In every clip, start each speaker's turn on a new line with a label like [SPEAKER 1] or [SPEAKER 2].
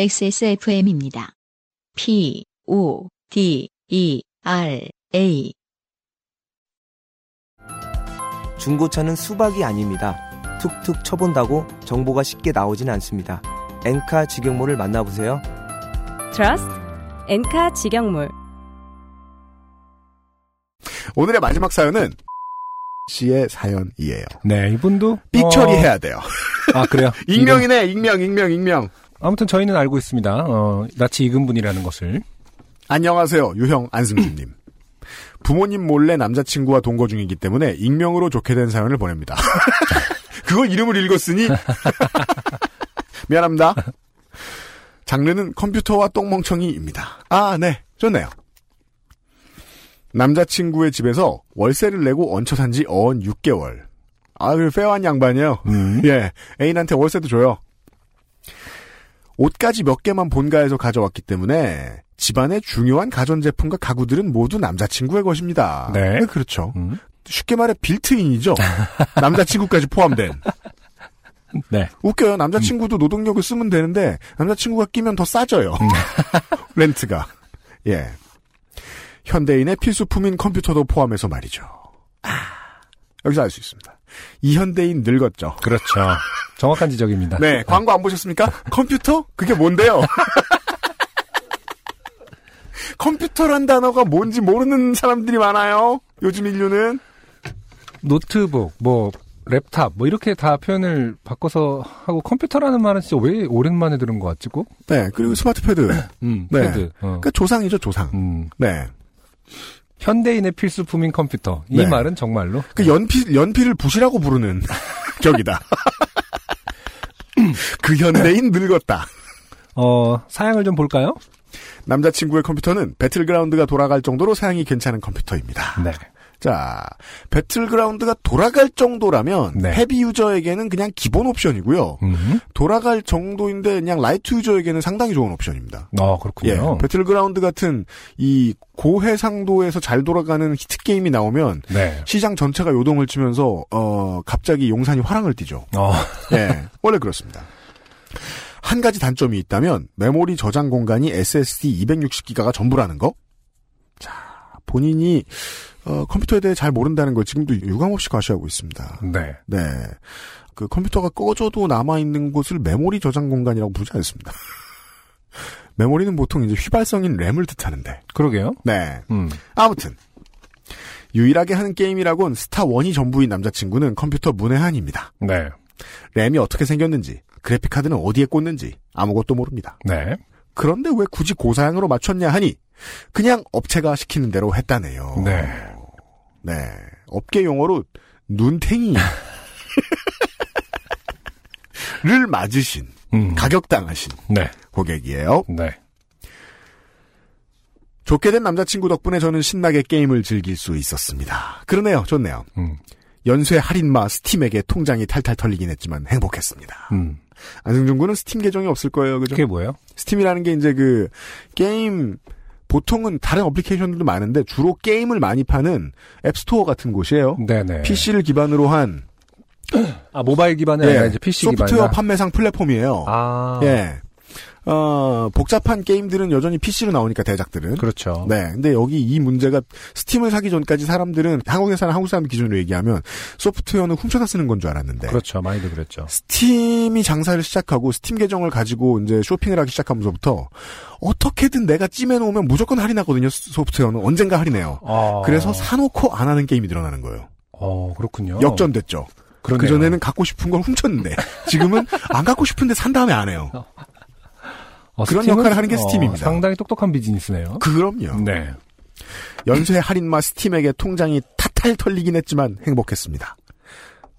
[SPEAKER 1] XSFM입니다. P, O, D, E, R, A.
[SPEAKER 2] 중고차는 수박이 아닙니다. 툭툭 쳐본다고 정보가 쉽게 나오진 않습니다. 엔카 직영몰을 만나보세요.
[SPEAKER 3] Trust 엔카 직영몰
[SPEAKER 4] 오늘의 마지막 사연은 씨의 사연이에요.
[SPEAKER 5] 네, 이분도
[SPEAKER 4] 삑
[SPEAKER 5] 어,
[SPEAKER 4] 처리해야 돼요.
[SPEAKER 5] 아 그래요. 이분-
[SPEAKER 4] 익명이네, 익명, 익명, 익명.
[SPEAKER 5] 아무튼 저희는 알고 있습니다. 어, 나치 이근분이라는 것을.
[SPEAKER 4] 안녕하세요, 유형 안승준님. 부모님 몰래 남자친구와 동거 중이기 때문에 익명으로 좋게 된 사연을 보냅니다. 그걸 이름을 읽었으니 미안합니다. 장르는 컴퓨터와 똥멍청이입니다. 아, 네, 좋네요. 남자친구의 집에서 월세를 내고 얹혀 산지 어언 6개월. 아, 그 페어한 양반이에요.
[SPEAKER 5] 네.
[SPEAKER 4] 예, 애인한테 월세도 줘요. 옷까지 몇 개만 본가에서 가져왔기 때문에 집안의 중요한 가전제품과 가구들은 모두 남자친구의 것입니다.
[SPEAKER 5] 네.
[SPEAKER 4] 그렇죠.
[SPEAKER 5] 음.
[SPEAKER 4] 쉽게 말해 빌트인이죠. 남자친구까지 포함된.
[SPEAKER 5] 네.
[SPEAKER 4] 웃겨요. 남자친구도
[SPEAKER 5] 음.
[SPEAKER 4] 노동력을 쓰면 되는데 남자친구가 끼면 더 싸져요. 렌트가. 예. 현대인의 필수품인 컴퓨터도 포함해서 말이죠. 아, 여기서 알 수 있습니다. 이 현대인 늙었죠.
[SPEAKER 5] 그렇죠. 정확한 지적입니다.
[SPEAKER 4] 네, 광고 안 보셨습니까? 컴퓨터? 그게 뭔데요? 컴퓨터란 단어가 뭔지 모르는 사람들이 많아요. 요즘 인류는.
[SPEAKER 5] 노트북, 뭐 랩탑, 뭐 이렇게 다 표현을 바꿔서 하고 컴퓨터라는 말은 진짜 왜 오랜만에 들은 것 같지 꼭?
[SPEAKER 4] 네, 그리고 스마트패드. 그러니까
[SPEAKER 5] 음,
[SPEAKER 4] 네.
[SPEAKER 5] 패드. 어.
[SPEAKER 4] 조상이죠, 조상.
[SPEAKER 5] 음,
[SPEAKER 4] 네.
[SPEAKER 5] 현대인의 필수품인 컴퓨터. 이
[SPEAKER 4] 네.
[SPEAKER 5] 말은 정말로.
[SPEAKER 4] 그 연필, 연필을 붓이라고 부르는 격이다. 그 현대인 늙었다.
[SPEAKER 5] 어, 사양을 좀 볼까요?
[SPEAKER 4] 남자친구의 컴퓨터는 배틀그라운드가 돌아갈 정도로 사양이 괜찮은 컴퓨터입니다.
[SPEAKER 5] 네.
[SPEAKER 4] 자, 배틀그라운드가 돌아갈 정도라면
[SPEAKER 5] 네.
[SPEAKER 4] 헤비 유저에게는 그냥 기본 옵션이고요.
[SPEAKER 5] 음,
[SPEAKER 4] 돌아갈 정도인데 그냥 라이트 유저에게는 상당히 좋은 옵션입니다.
[SPEAKER 5] 어, 그렇군요.
[SPEAKER 4] 예, 배틀그라운드 같은 이 고해상도에서 잘 돌아가는 히트 게임이 나오면
[SPEAKER 5] 네.
[SPEAKER 4] 시장 전체가 요동을 치면서 어 갑자기 용산이 화랑을 띠죠.
[SPEAKER 5] 어,
[SPEAKER 4] 예, 원래 그렇습니다. 한 가지 단점이 있다면 메모리 저장 공간이 SSD 260기가가 전부라는 거. 자, 본인이 어, 컴퓨터에 대해 잘 모른다는 걸 지금도 유감없이 과시하고 있습니다.
[SPEAKER 5] 네.
[SPEAKER 4] 네. 그 컴퓨터가 꺼져도 남아있는 곳을 메모리 저장 공간이라고 부르지 않습니다. 메모리는 보통 이제 휘발성인 램을 뜻하는데.
[SPEAKER 5] 그러게요.
[SPEAKER 4] 네.
[SPEAKER 5] 음.
[SPEAKER 4] 아무튼. 유일하게 하는 게임이라곤 스타1이 전부인 남자친구는 컴퓨터 문외한입니다.
[SPEAKER 5] 네.
[SPEAKER 4] 램이 어떻게 생겼는지, 그래픽카드는 어디에 꽂는지 아무것도 모릅니다.
[SPEAKER 5] 네.
[SPEAKER 4] 그런데 왜 굳이 고사양으로 맞췄냐 하니 그냥 업체가 시키는 대로 했다네요.
[SPEAKER 5] 네.
[SPEAKER 4] 네. 업계 용어로 눈탱이. 를 맞으신,
[SPEAKER 5] 음.
[SPEAKER 4] 가격당하신
[SPEAKER 5] 네.
[SPEAKER 4] 고객이에요.
[SPEAKER 5] 네.
[SPEAKER 4] 좋게 된 남자친구 덕분에 저는 신나게 게임을 즐길 수 있었습니다. 그러네요. 좋네요.
[SPEAKER 5] 음.
[SPEAKER 4] 연쇄 할인마 스팀에게 통장이 탈탈 털리긴 했지만 행복했습니다.
[SPEAKER 5] 음.
[SPEAKER 4] 안승준 군은 스팀 계정이 없을 거예요. 그죠?
[SPEAKER 5] 그게 뭐예요?
[SPEAKER 4] 스팀이라는 게 이제 그 게임 보통은 다른 어플리케이션들도 많은데 주로 게임을 많이 파는 앱스토어 같은 곳이에요.
[SPEAKER 5] 네네.
[SPEAKER 4] PC를 기반으로 한 예,
[SPEAKER 5] 아, 모바일 기반이 아니라 이제 PC
[SPEAKER 4] 소프트웨어
[SPEAKER 5] 기반이다.
[SPEAKER 4] 판매상 플랫폼이에요.
[SPEAKER 5] 아.
[SPEAKER 4] 예. 어, 복잡한 게임들은 여전히 PC로 나오니까 대작들은.
[SPEAKER 5] 그렇죠.
[SPEAKER 4] 네. 근데 여기 이 문제가 스팀을 사기 전까지 사람들은 한국에 사는 한국 사람 기준으로 얘기하면 소프트웨어는 훔쳐다 쓰는 건 줄 알았는데.
[SPEAKER 5] 그렇죠. 많이들 그랬죠.
[SPEAKER 4] 스팀이 장사를 시작하고 스팀 계정을 가지고 이제 쇼핑을 하기 시작하면서부터 어떻게든 내가 찜해놓으면 무조건 할인하거든요. 스- 소프트웨어는 언젠가 할인해요.
[SPEAKER 5] 아.
[SPEAKER 4] 그래서 사놓고 안 하는 게임이 늘어나는 거예요.
[SPEAKER 5] 어, 그렇군요.
[SPEAKER 4] 역전됐죠.
[SPEAKER 5] 그러네요.
[SPEAKER 4] 그 전에는 갖고 싶은 걸 훔쳤는데 지금은 안 갖고 싶은데 산 다음에 안 해요.
[SPEAKER 5] 어,
[SPEAKER 4] 그런
[SPEAKER 5] 스팀은,
[SPEAKER 4] 역할을 하는 게
[SPEAKER 5] 어,
[SPEAKER 4] 스팀입니다.
[SPEAKER 5] 상당히 똑똑한 비즈니스네요.
[SPEAKER 4] 그럼요.
[SPEAKER 5] 네.
[SPEAKER 4] 연쇄 할인마 스팀에게 통장이 탈탈 털리긴 했지만 행복했습니다.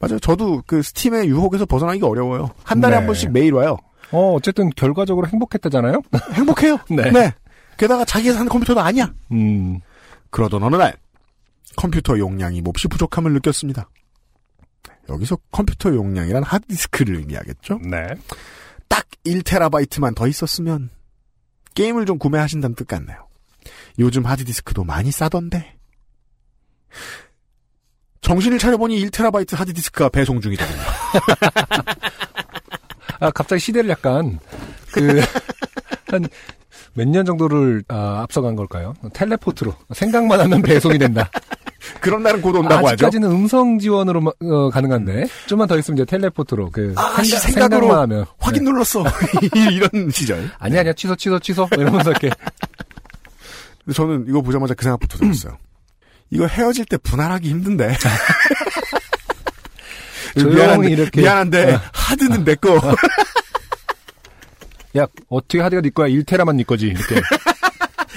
[SPEAKER 4] 맞아요. 저도 그 스팀의 유혹에서 벗어나기가 어려워요. 한 달에
[SPEAKER 5] 네.
[SPEAKER 4] 한 번씩 매일 와요.
[SPEAKER 5] 어, 어쨌든 결과적으로 행복했다잖아요?
[SPEAKER 4] 행복해요.
[SPEAKER 5] 네.
[SPEAKER 4] 네. 게다가 자기가 사는 컴퓨터도 아니야.
[SPEAKER 5] 음.
[SPEAKER 4] 그러던 어느 날 컴퓨터 용량이 몹시 부족함을 느꼈습니다. 여기서 컴퓨터 용량이란 하드디스크를 의미하겠죠?
[SPEAKER 5] 네.
[SPEAKER 4] 딱 1테라바이트만 더 있었으면 게임을 좀 구매하신다는 뜻 같네요. 요즘 하드디스크도 많이 싸던데. 정신을 차려보니 1테라바이트 하드디스크가 배송 중이더군요.
[SPEAKER 5] 아, 갑자기 시대를 약간, 그, 몇 년 정도를 아, 앞서간 걸까요? 텔레포트로 생각만 하면 배송이 된다.
[SPEAKER 4] 그런 날은 곧 온다고 하죠.
[SPEAKER 5] 아직까지는 음성 지원으로 마- 어, 가능한데 좀만 더 있으면 이제 텔레포트로 그
[SPEAKER 4] 아, 씨,
[SPEAKER 5] 생각-
[SPEAKER 4] 생각으로
[SPEAKER 5] 생각만 하면
[SPEAKER 4] 확인
[SPEAKER 5] 네.
[SPEAKER 4] 눌렀어. 이런 시절.
[SPEAKER 5] 아니 아니야 취소 취소 취소 이러면서 이렇게
[SPEAKER 4] 근데 저는 이거 보자마자 그 생각부터 들었어요. 이거 헤어질 때 분할하기 힘든데.
[SPEAKER 5] 조용히
[SPEAKER 4] 그 미안한데,
[SPEAKER 5] 이렇게. 어.
[SPEAKER 4] 미안한데 하드는 내 거.
[SPEAKER 5] 야 어떻게 하드가 네 거야 1테라만 네 거지 이렇게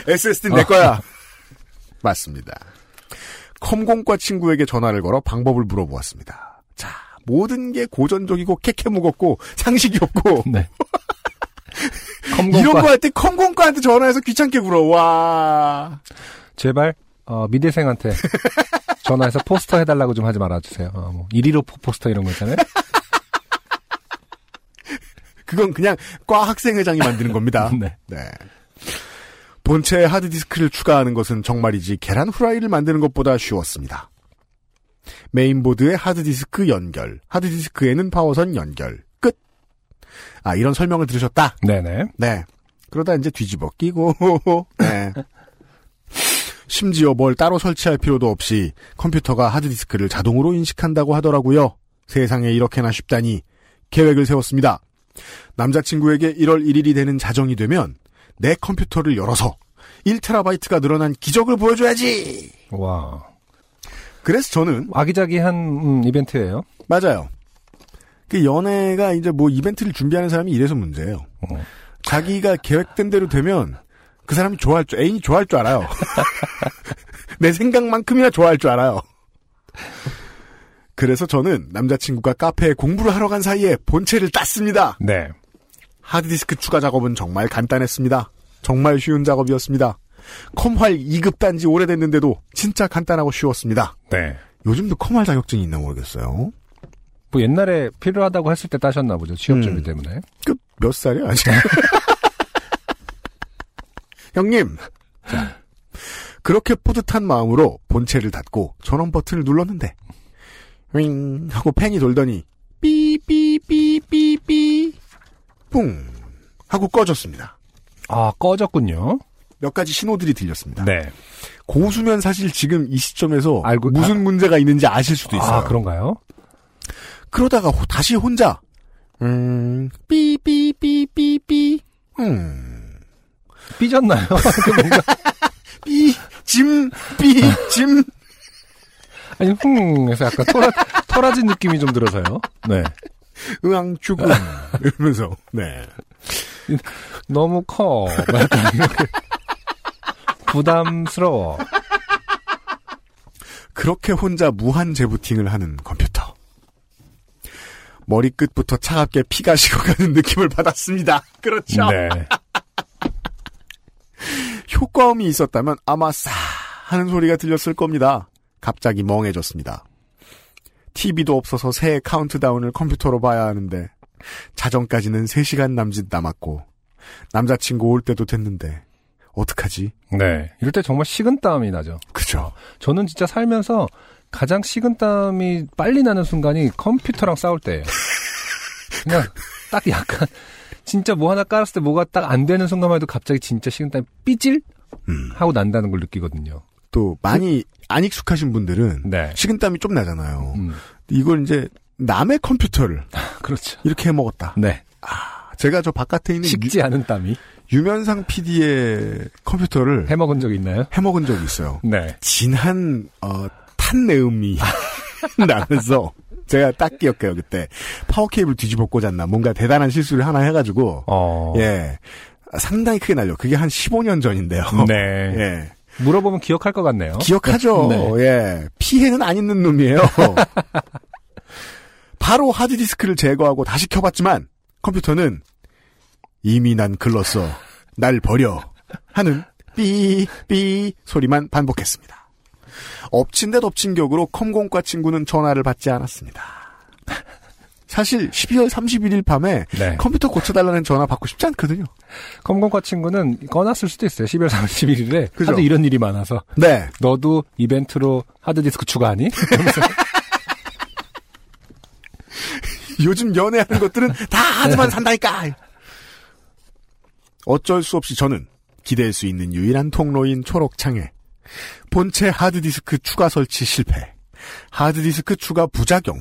[SPEAKER 4] SSD는 내
[SPEAKER 5] 어.
[SPEAKER 4] 거야. 맞습니다. 컴공과 친구에게 전화를 걸어 방법을 물어보았습니다. 자, 모든 게 고전적이고 캐캐 무겁고 상식이 없고
[SPEAKER 5] 네.
[SPEAKER 4] 이런 거
[SPEAKER 5] 컴공과
[SPEAKER 4] 할 때 컴공과한테 전화해서 귀찮게 굴어. 와.
[SPEAKER 5] 제발 어, 미대생한테 전화해서 포스터 해달라고 좀 하지 말아주세요. 어, 뭐 이리로 포- 포스터 이런 거 있잖아요.
[SPEAKER 4] 그건 그냥 과 학생회장이 만드는 겁니다.
[SPEAKER 5] 네.
[SPEAKER 4] 네. 본체에 하드디스크를 추가하는 것은 정말이지 계란 후라이를 만드는 것보다 쉬웠습니다. 메인보드에 하드디스크 연결, 하드디스크에는 파워선 연결, 끝! 아, 이런 설명을 들으셨다?
[SPEAKER 5] 네네.
[SPEAKER 4] 네. 그러다 이제 뒤집어 끼고, 네. 심지어 뭘 따로 설치할 필요도 없이 컴퓨터가 하드디스크를 자동으로 인식한다고 하더라고요. 세상에 이렇게나 쉽다니 계획을 세웠습니다. 남자친구에게 1월 1일이 되는 자정이 되면 내 컴퓨터를 열어서 1테라바이트가 늘어난 기적을 보여줘야지!
[SPEAKER 5] 와
[SPEAKER 4] 그래서 저는,
[SPEAKER 5] 아기자기한 음, 이벤트예요.
[SPEAKER 4] 맞아요. 그 연애가 이제 뭐 이벤트를 준비하는 사람이 이래서 문제예요.
[SPEAKER 5] 어.
[SPEAKER 4] 자기가 계획된 대로 되면 그 사람이 좋아할 줄 애인이 좋아할 줄 알아요. 내 생각만큼이나 좋아할 줄 알아요. 그래서 저는 남자친구가 카페에 공부를 하러 간 사이에 본체를 땄습니다.
[SPEAKER 5] 네.
[SPEAKER 4] 하드디스크 추가 작업은 정말 간단했습니다. 정말 쉬운 작업이었습니다. 컴활 2급 단지 오래됐는데도 진짜 간단하고 쉬웠습니다.
[SPEAKER 5] 네.
[SPEAKER 4] 요즘도 컴활 자격증이 있나 모르겠어요.
[SPEAKER 5] 뭐 옛날에 필요하다고 했을 때 따셨나 보죠. 취업 준비
[SPEAKER 4] 음.
[SPEAKER 5] 때문에.
[SPEAKER 4] 그 몇 살이야 아직? 형님. 자, 그렇게 뿌듯한 마음으로 본체를 닫고 전원 버튼을 눌렀는데 윙 하고 팬이 돌더니 삐삐삐삐삐 뿡 하고 꺼졌습니다.
[SPEAKER 5] 아 꺼졌군요.
[SPEAKER 4] 몇 가지 신호들이 들렸습니다.
[SPEAKER 5] 네.
[SPEAKER 4] 고수면 사실 지금 이 시점에서
[SPEAKER 5] 알고-
[SPEAKER 4] 무슨 문제가 있는지 아실 수도 있어요.
[SPEAKER 5] 아 그런가요?
[SPEAKER 4] 그러다가 호- 다시 혼자 음 삐삐삐삐삐 음
[SPEAKER 5] 삐졌나요? 그 뭔가
[SPEAKER 4] 삐, 짐, 삐, 짐.
[SPEAKER 5] 아니 흥해서 약간 토라 토라진 느낌이 좀 들어서요. 네.
[SPEAKER 4] 으앙, 죽음. 이러면서. 네.
[SPEAKER 5] 너무 커. 약간 이렇게. 부담스러워.
[SPEAKER 4] 네. 그렇게 혼자 무한 재부팅을 하는 컴퓨터. 머리끝부터 차갑게 피가 식어가는 느낌을 받았습니다. 그렇죠.
[SPEAKER 5] 네.
[SPEAKER 4] 효과음이 있었다면 아마 싸 하는 소리가 들렸을 겁니다. 갑자기 멍해졌습니다. TV도 없어서 새해 카운트다운을 컴퓨터로 봐야 하는데 자정까지는 3시간 남짓 남았고 남자친구 올 때도 됐는데 어떡하지?
[SPEAKER 5] 네. 이럴 때 정말 식은땀이 나죠.
[SPEAKER 4] 그죠.
[SPEAKER 5] 저는 진짜 살면서 가장 식은땀이 빨리 나는 순간이 컴퓨터랑 싸울 때예요. 그냥 딱 약간 진짜 뭐 하나 깔았을 때 뭐가 딱 안 되는 순간만 해도 갑자기 진짜 식은땀이 삐질
[SPEAKER 4] 음.
[SPEAKER 5] 하고 난다는 걸 느끼거든요.
[SPEAKER 4] 또 많이 안 익숙하신 분들은
[SPEAKER 5] 네.
[SPEAKER 4] 식은땀이 좀 나잖아요.
[SPEAKER 5] 음,
[SPEAKER 4] 이걸 이제 남의 컴퓨터를
[SPEAKER 5] 그렇죠.
[SPEAKER 4] 이렇게 해 먹었다.
[SPEAKER 5] 네.
[SPEAKER 4] 제가 저 바깥에 있는
[SPEAKER 5] 식지 않은 땀이
[SPEAKER 4] 유, 면상 PD의 컴퓨터를
[SPEAKER 5] 해먹은 적 있나요?
[SPEAKER 4] 해 먹은 적이 있어요.
[SPEAKER 5] 네.
[SPEAKER 4] 진한 어, 탄내음이 나면서 제가 딱 기억해요 그때 파워 케이블 뒤집어 꽂았나 뭔가 대단한 실수를 하나 해가지고
[SPEAKER 5] 어.
[SPEAKER 4] 예 상당히 크게 날려 그게 한 15년 전인데요.
[SPEAKER 5] 네.
[SPEAKER 4] 예
[SPEAKER 5] 물어보면 기억할 것 같네요.
[SPEAKER 4] 기억하죠.
[SPEAKER 5] 네.
[SPEAKER 4] 예 피해는 안 있는 놈이에요. 바로 하드디스크를 제거하고 다시 켜봤지만 컴퓨터는 이미 난 글렀어 날 버려 하는 삐삐 소리만 반복했습니다. 엎친 데 덮친 격으로 컴공과 친구는 전화를 받지 않았습니다. 사실 12월 31일 밤에
[SPEAKER 5] 네.
[SPEAKER 4] 컴퓨터 고쳐달라는 전화 받고 싶지 않거든요.
[SPEAKER 5] 검검과 친구는 꺼놨을 수도 있어요. 12월 31일에
[SPEAKER 4] 그죠.
[SPEAKER 5] 하도 이런 일이 많아서
[SPEAKER 4] 네.
[SPEAKER 5] 너도 이벤트로 하드디스크 추가하니?
[SPEAKER 4] 요즘 연애하는 것들은 다 하드만 산다니까. 어쩔 수 없이 저는 기댈 수 있는 유일한 통로인 초록창에 본체 하드디스크 추가 설치 실패, 하드디스크 추가 부작용,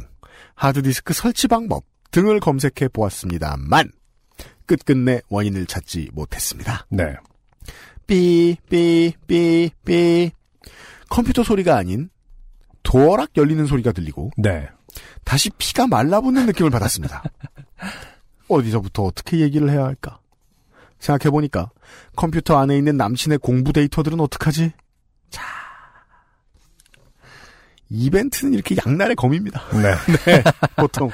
[SPEAKER 4] 하드디스크 설치 방법 등을 검색해 보았습니다만 끝끝내 원인을 찾지 못했습니다.
[SPEAKER 5] 네.
[SPEAKER 4] 삐삐삐삐 컴퓨터 소리가 아닌 도어락 열리는 소리가 들리고
[SPEAKER 5] 네.
[SPEAKER 4] 다시 피가 말라붙는 느낌을 받았습니다. 어디서부터 어떻게 얘기를 해야 할까? 생각해보니까 컴퓨터 안에 있는 남친의 공부 데이터들은 어떡하지? 자. 이벤트는 이렇게 양날의 검입니다.
[SPEAKER 5] 네.
[SPEAKER 4] 보통.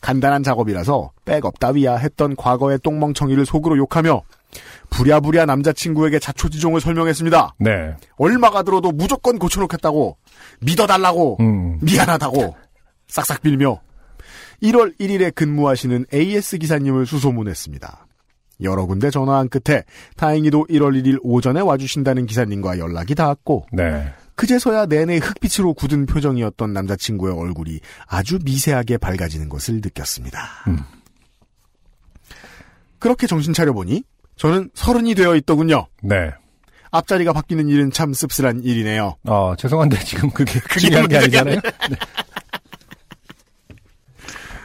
[SPEAKER 4] 간단한 작업이라서 백업 따위야 했던 과거의 똥멍청이를 속으로 욕하며 부랴부랴 남자친구에게 자초지종을 설명했습니다.
[SPEAKER 5] 네.
[SPEAKER 4] 얼마가 들어도 무조건 고쳐놓겠다고 믿어달라고
[SPEAKER 5] 음.
[SPEAKER 4] 미안하다고 싹싹 빌며 1월 1일에 근무하시는 AS 기사님을 수소문했습니다. 여러 군데 전화한 끝에 다행히도 1월 1일 오전에 와주신다는 기사님과 연락이 닿았고
[SPEAKER 5] 네.
[SPEAKER 4] 그제서야 내내 흑빛으로 굳은 표정이었던 남자친구의 얼굴이 아주 미세하게 밝아지는 것을 느꼈습니다. 그렇게 정신 차려보니 저는 서른이 되어 있더군요.
[SPEAKER 5] 네.
[SPEAKER 4] 앞자리가 바뀌는 일은 참 씁쓸한 일이네요.
[SPEAKER 5] 어, 죄송한데 지금 그게 중요한 게 아니잖아요. 네.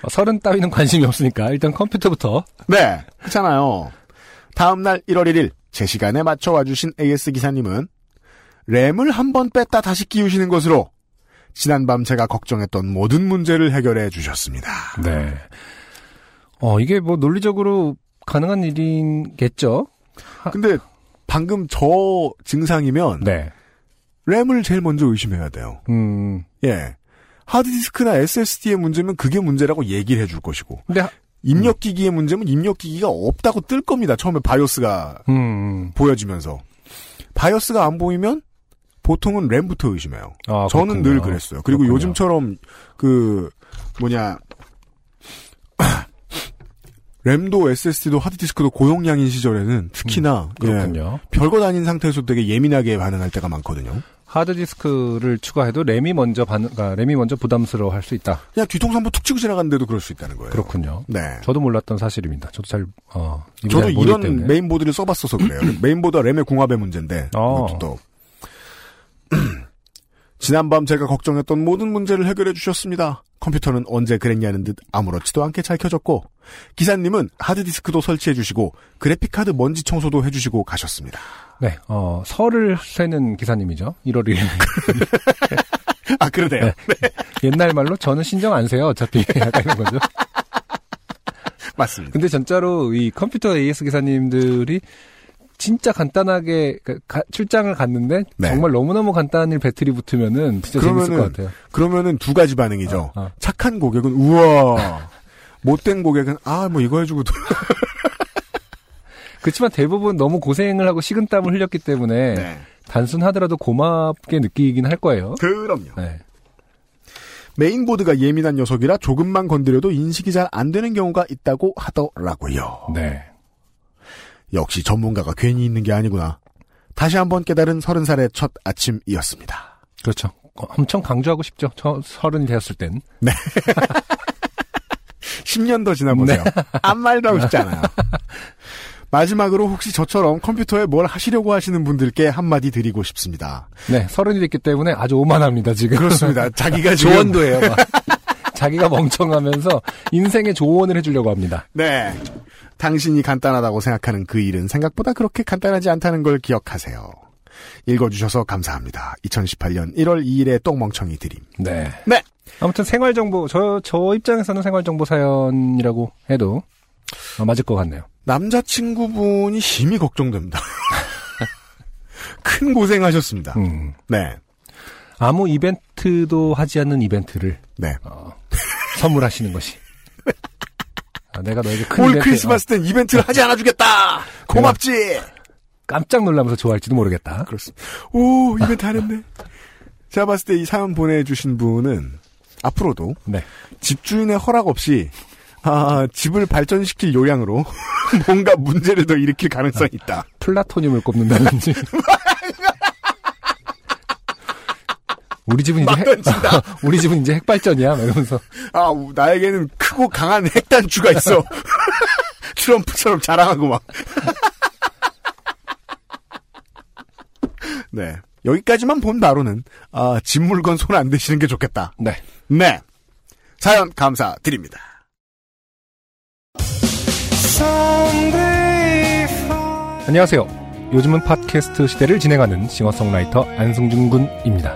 [SPEAKER 5] 어, 서른 따위는 관심이 없으니까 일단 컴퓨터부터.
[SPEAKER 4] 네, 그렇잖아요. 다음 날 1월 1일 제 시간에 맞춰 와주신 AS 기사님은 램을 한 번 뺐다 다시 끼우시는 것으로 지난밤 제가 걱정했던 모든 문제를 해결해 주셨습니다.
[SPEAKER 5] 네. 어, 이게 뭐 논리적으로 가능한 일이겠죠?
[SPEAKER 4] 근데 방금 저 증상이면
[SPEAKER 5] 네.
[SPEAKER 4] 램을 제일 먼저 의심해야 돼요.
[SPEAKER 5] 음.
[SPEAKER 4] 예. 하드디스크나 SSD의 문제면 그게 문제라고 얘기를 해줄 것이고
[SPEAKER 5] 근데 하-
[SPEAKER 4] 입력기기의 문제면 입력기기가 없다고 뜰 겁니다. 처음에 바이오스가
[SPEAKER 5] 음.
[SPEAKER 4] 보여지면서 바이오스가 안 보이면 보통은 램부터 의심해요.
[SPEAKER 5] 아,
[SPEAKER 4] 저는
[SPEAKER 5] 그렇군요.
[SPEAKER 4] 늘 그랬어요. 그리고
[SPEAKER 5] 그렇군요.
[SPEAKER 4] 요즘처럼 그 뭐냐 램도 SSD도 하드디스크도 고용량인 시절에는 특히나 예,
[SPEAKER 5] 음, 그렇군요.
[SPEAKER 4] 별것 아닌 상태에서 되게 예민하게 반응할 때가 많거든요.
[SPEAKER 5] 하드디스크를 추가해도 램이 먼저 반, 아, 램이 먼저 부담스러워 할 수 있다.
[SPEAKER 4] 그냥 뒤통수 한번 툭 치고 지나갔는데도 그럴 수 있다는 거예요.
[SPEAKER 5] 그렇군요.
[SPEAKER 4] 네.
[SPEAKER 5] 저도 몰랐던 사실입니다. 저도 잘, 어, 이거
[SPEAKER 4] 저도
[SPEAKER 5] 잘 모르기
[SPEAKER 4] 이런
[SPEAKER 5] 때문에.
[SPEAKER 4] 메인보드를 써봤어서 그래요. 메인보드와 램의 궁합의 문제인데
[SPEAKER 5] 어.
[SPEAKER 4] 그것도 또 지난밤 제가 걱정했던 모든 문제를 해결해 주셨습니다. 컴퓨터는 언제 그랬냐는 듯 아무렇지도 않게 잘 켜졌고 기사님은 하드디스크도 설치해 주시고 그래픽카드 먼지 청소도 해주시고 가셨습니다.
[SPEAKER 5] 네, 어, 설을 세는 기사님이죠. 1월 1일.
[SPEAKER 4] 아 그러네요.
[SPEAKER 5] 옛날 말로 저는 신경 안 세요. 어차피. 약간 이런 거죠.
[SPEAKER 4] 맞습니다.
[SPEAKER 5] 근데 진짜로 이 컴퓨터 AS 기사님들이 진짜 간단하게 그 가- 출장을 갔는데
[SPEAKER 4] 네.
[SPEAKER 5] 정말 너무너무 간단한 일 배틀이 붙으면은 진짜 재밌을 것
[SPEAKER 4] 그러면은
[SPEAKER 5] 같아요.
[SPEAKER 4] 그러면은 두 가지 반응이죠.
[SPEAKER 5] 어, 어.
[SPEAKER 4] 착한 고객은 우와 못된 고객은 아 뭐 이거 해주고 또-
[SPEAKER 5] 그렇지만 대부분 너무 고생을 하고 식은땀을 흘렸기 때문에
[SPEAKER 4] 네.
[SPEAKER 5] 단순하더라도 고맙게 느끼긴 할 거예요.
[SPEAKER 4] 그럼요.
[SPEAKER 5] 네.
[SPEAKER 4] 메인보드가 예민한 녀석이라 조금만 건드려도 인식이 잘 안 되는 경우가 있다고 하더라고요.
[SPEAKER 5] 네.
[SPEAKER 4] 역시 전문가가 괜히 있는 게 아니구나. 다시 한번 깨달은 서른 살의 첫 아침이었습니다.
[SPEAKER 5] 그렇죠. 어, 엄청 강조하고 싶죠. 저 서른이 되었을 땐.
[SPEAKER 4] 10년 더
[SPEAKER 5] 네.
[SPEAKER 4] 지나보세요. 아무 말도 하고 싶지 않아요. 마지막으로 혹시 저처럼 컴퓨터에 뭘 하시려고 하시는 분들께 한마디 드리고 싶습니다.
[SPEAKER 5] 네, 서른이 됐기 때문에 아주 오만합니다, 지금.
[SPEAKER 4] 그렇습니다. 자기가 지금-
[SPEAKER 5] 조언도 해요, 막. 자기가 멍청하면서 인생에 조언을 해주려고 합니다.
[SPEAKER 4] 네. 당신이 간단하다고 생각하는 그 일은 생각보다 그렇게 간단하지 않다는 걸 기억하세요. 읽어주셔서 감사합니다. 2018년 1월 2일에 똥멍청이 드림.
[SPEAKER 5] 네.
[SPEAKER 4] 네.
[SPEAKER 5] 아무튼 생활정보, 저, 저 입장에서는 생활정보 사연이라고 해도 어, 맞을 것 같네요.
[SPEAKER 4] 남자친구분이 심히 걱정됩니다. 큰 고생하셨습니다.
[SPEAKER 5] 음.
[SPEAKER 4] 네.
[SPEAKER 5] 아무 이벤트도 하지 않는 이벤트를
[SPEAKER 4] 네.
[SPEAKER 5] 어, 선물하시는 것이. 아, 내가 너에게 큰
[SPEAKER 4] 올
[SPEAKER 5] 이벤트,
[SPEAKER 4] 크리스마스 땐 이벤트를 하지 않아 주겠다! 고맙지!
[SPEAKER 5] 어, 깜짝 놀라면서 좋아할지도 모르겠다.
[SPEAKER 4] 그렇습니다. 오, 이벤트 안 했네. 제가 봤을 때 이 사연 보내주신 분은 앞으로도
[SPEAKER 5] 네.
[SPEAKER 4] 집주인의 허락 없이 아, 집을 발전시킬 요량으로 뭔가 문제를 더 일으킬 가능성이 있다.
[SPEAKER 5] 플라토늄을 꼽는다든지. 우리 집은 이제 핵, 우리 집은 이제 핵발전이야. 막 이러면서
[SPEAKER 4] 아, 나에게는 크고 강한 핵단추가 있어. 트럼프처럼 자랑하고 막. 네. 여기까지만 본 바로는, 아, 집 물건 손 안 대시는 게 좋겠다.
[SPEAKER 5] 네.
[SPEAKER 4] 네. 사연 감사드립니다.
[SPEAKER 5] 안녕하세요. 요즘은 팟캐스트 시대를 진행하는 싱어송라이터 안승준 군입니다.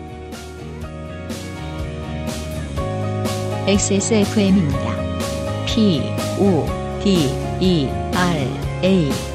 [SPEAKER 1] XSFM입니다. P O D E R A